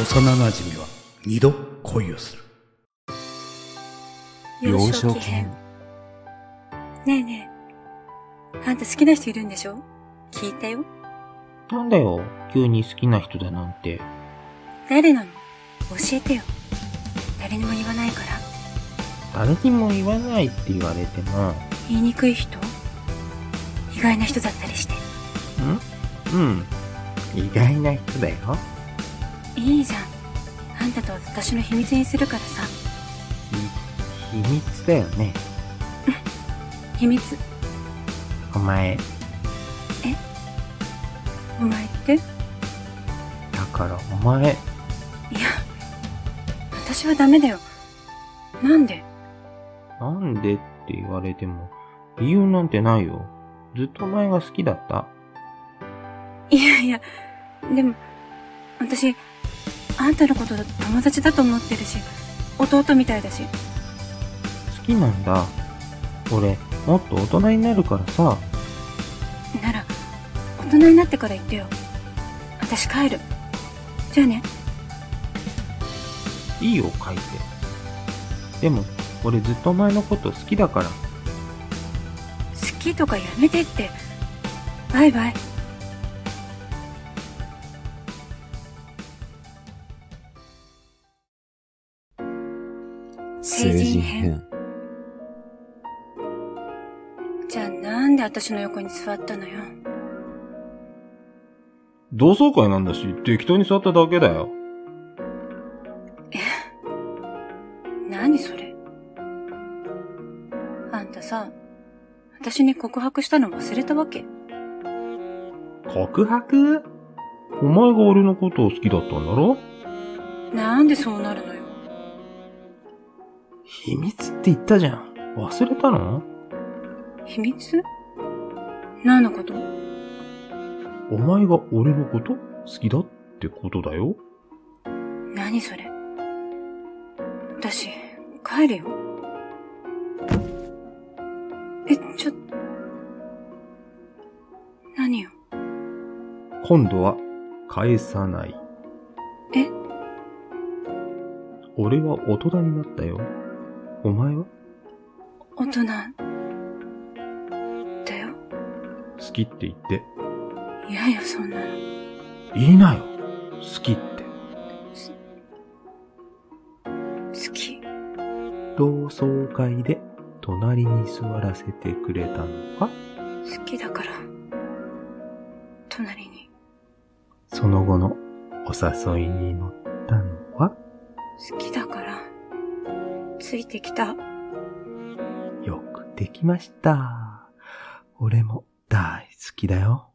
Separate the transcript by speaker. Speaker 1: 幼なじみは二度恋をする
Speaker 2: 幼少期編
Speaker 3: ねえねえ。あんた好きな人いるんでしょ聞いたよ。
Speaker 2: なんだよ急に好きな人だなんて
Speaker 3: 誰なの教えてよ。誰にも言わないから。
Speaker 2: 誰にも言わないって言われてもん
Speaker 3: 言いにくい人意外な人だったりして。
Speaker 2: うん意外な人だよ
Speaker 3: いいじゃん。あんたと私の秘密にするからさ。
Speaker 2: 秘密だよね
Speaker 3: 秘密。
Speaker 2: お前
Speaker 3: お前っていや、
Speaker 2: だからお前
Speaker 3: 私はダメだよ。なんで
Speaker 2: なんでって言われても理由なんてないよずっとお前が好きだった
Speaker 3: いやいや、でも、私、あんたのこと友達だと思ってるし、弟みたいだし。
Speaker 2: 好きなんだ俺もっと大人になるからさ
Speaker 3: なら、大人になってから言ってよ。私帰る。じゃあね。
Speaker 2: いいよ書いてでも俺ずっとお前のこと好きだから
Speaker 3: 好きとかやめてってバイバイ成人編じゃあなんで私の横に座ったのよ
Speaker 2: 同窓会なんだし適当に座っただけだよ
Speaker 3: 何それあんたさ私に告白したの忘れたわけ
Speaker 2: 告白お前が俺のことを好きだったんだろ
Speaker 3: なんでそうなるのよ
Speaker 2: 秘密って言ったじゃん忘れたの
Speaker 3: 秘密何のこと
Speaker 2: お前が俺のこと好きだってことだよ
Speaker 3: 何それ私帰るよえちょ何よ
Speaker 2: 今度は返さない
Speaker 3: え
Speaker 2: 俺は大人になったよお前は
Speaker 3: 大人だよ
Speaker 2: 好きって言って
Speaker 3: いやいやそんなの
Speaker 2: 言いなよ好きって
Speaker 3: 好き
Speaker 2: 同窓会で隣に座らせてくれたのは
Speaker 3: 好きだから隣に
Speaker 2: その後のお誘いに乗ったのは
Speaker 3: 好きだからついてきた
Speaker 2: よくできました。俺も大好きだよ。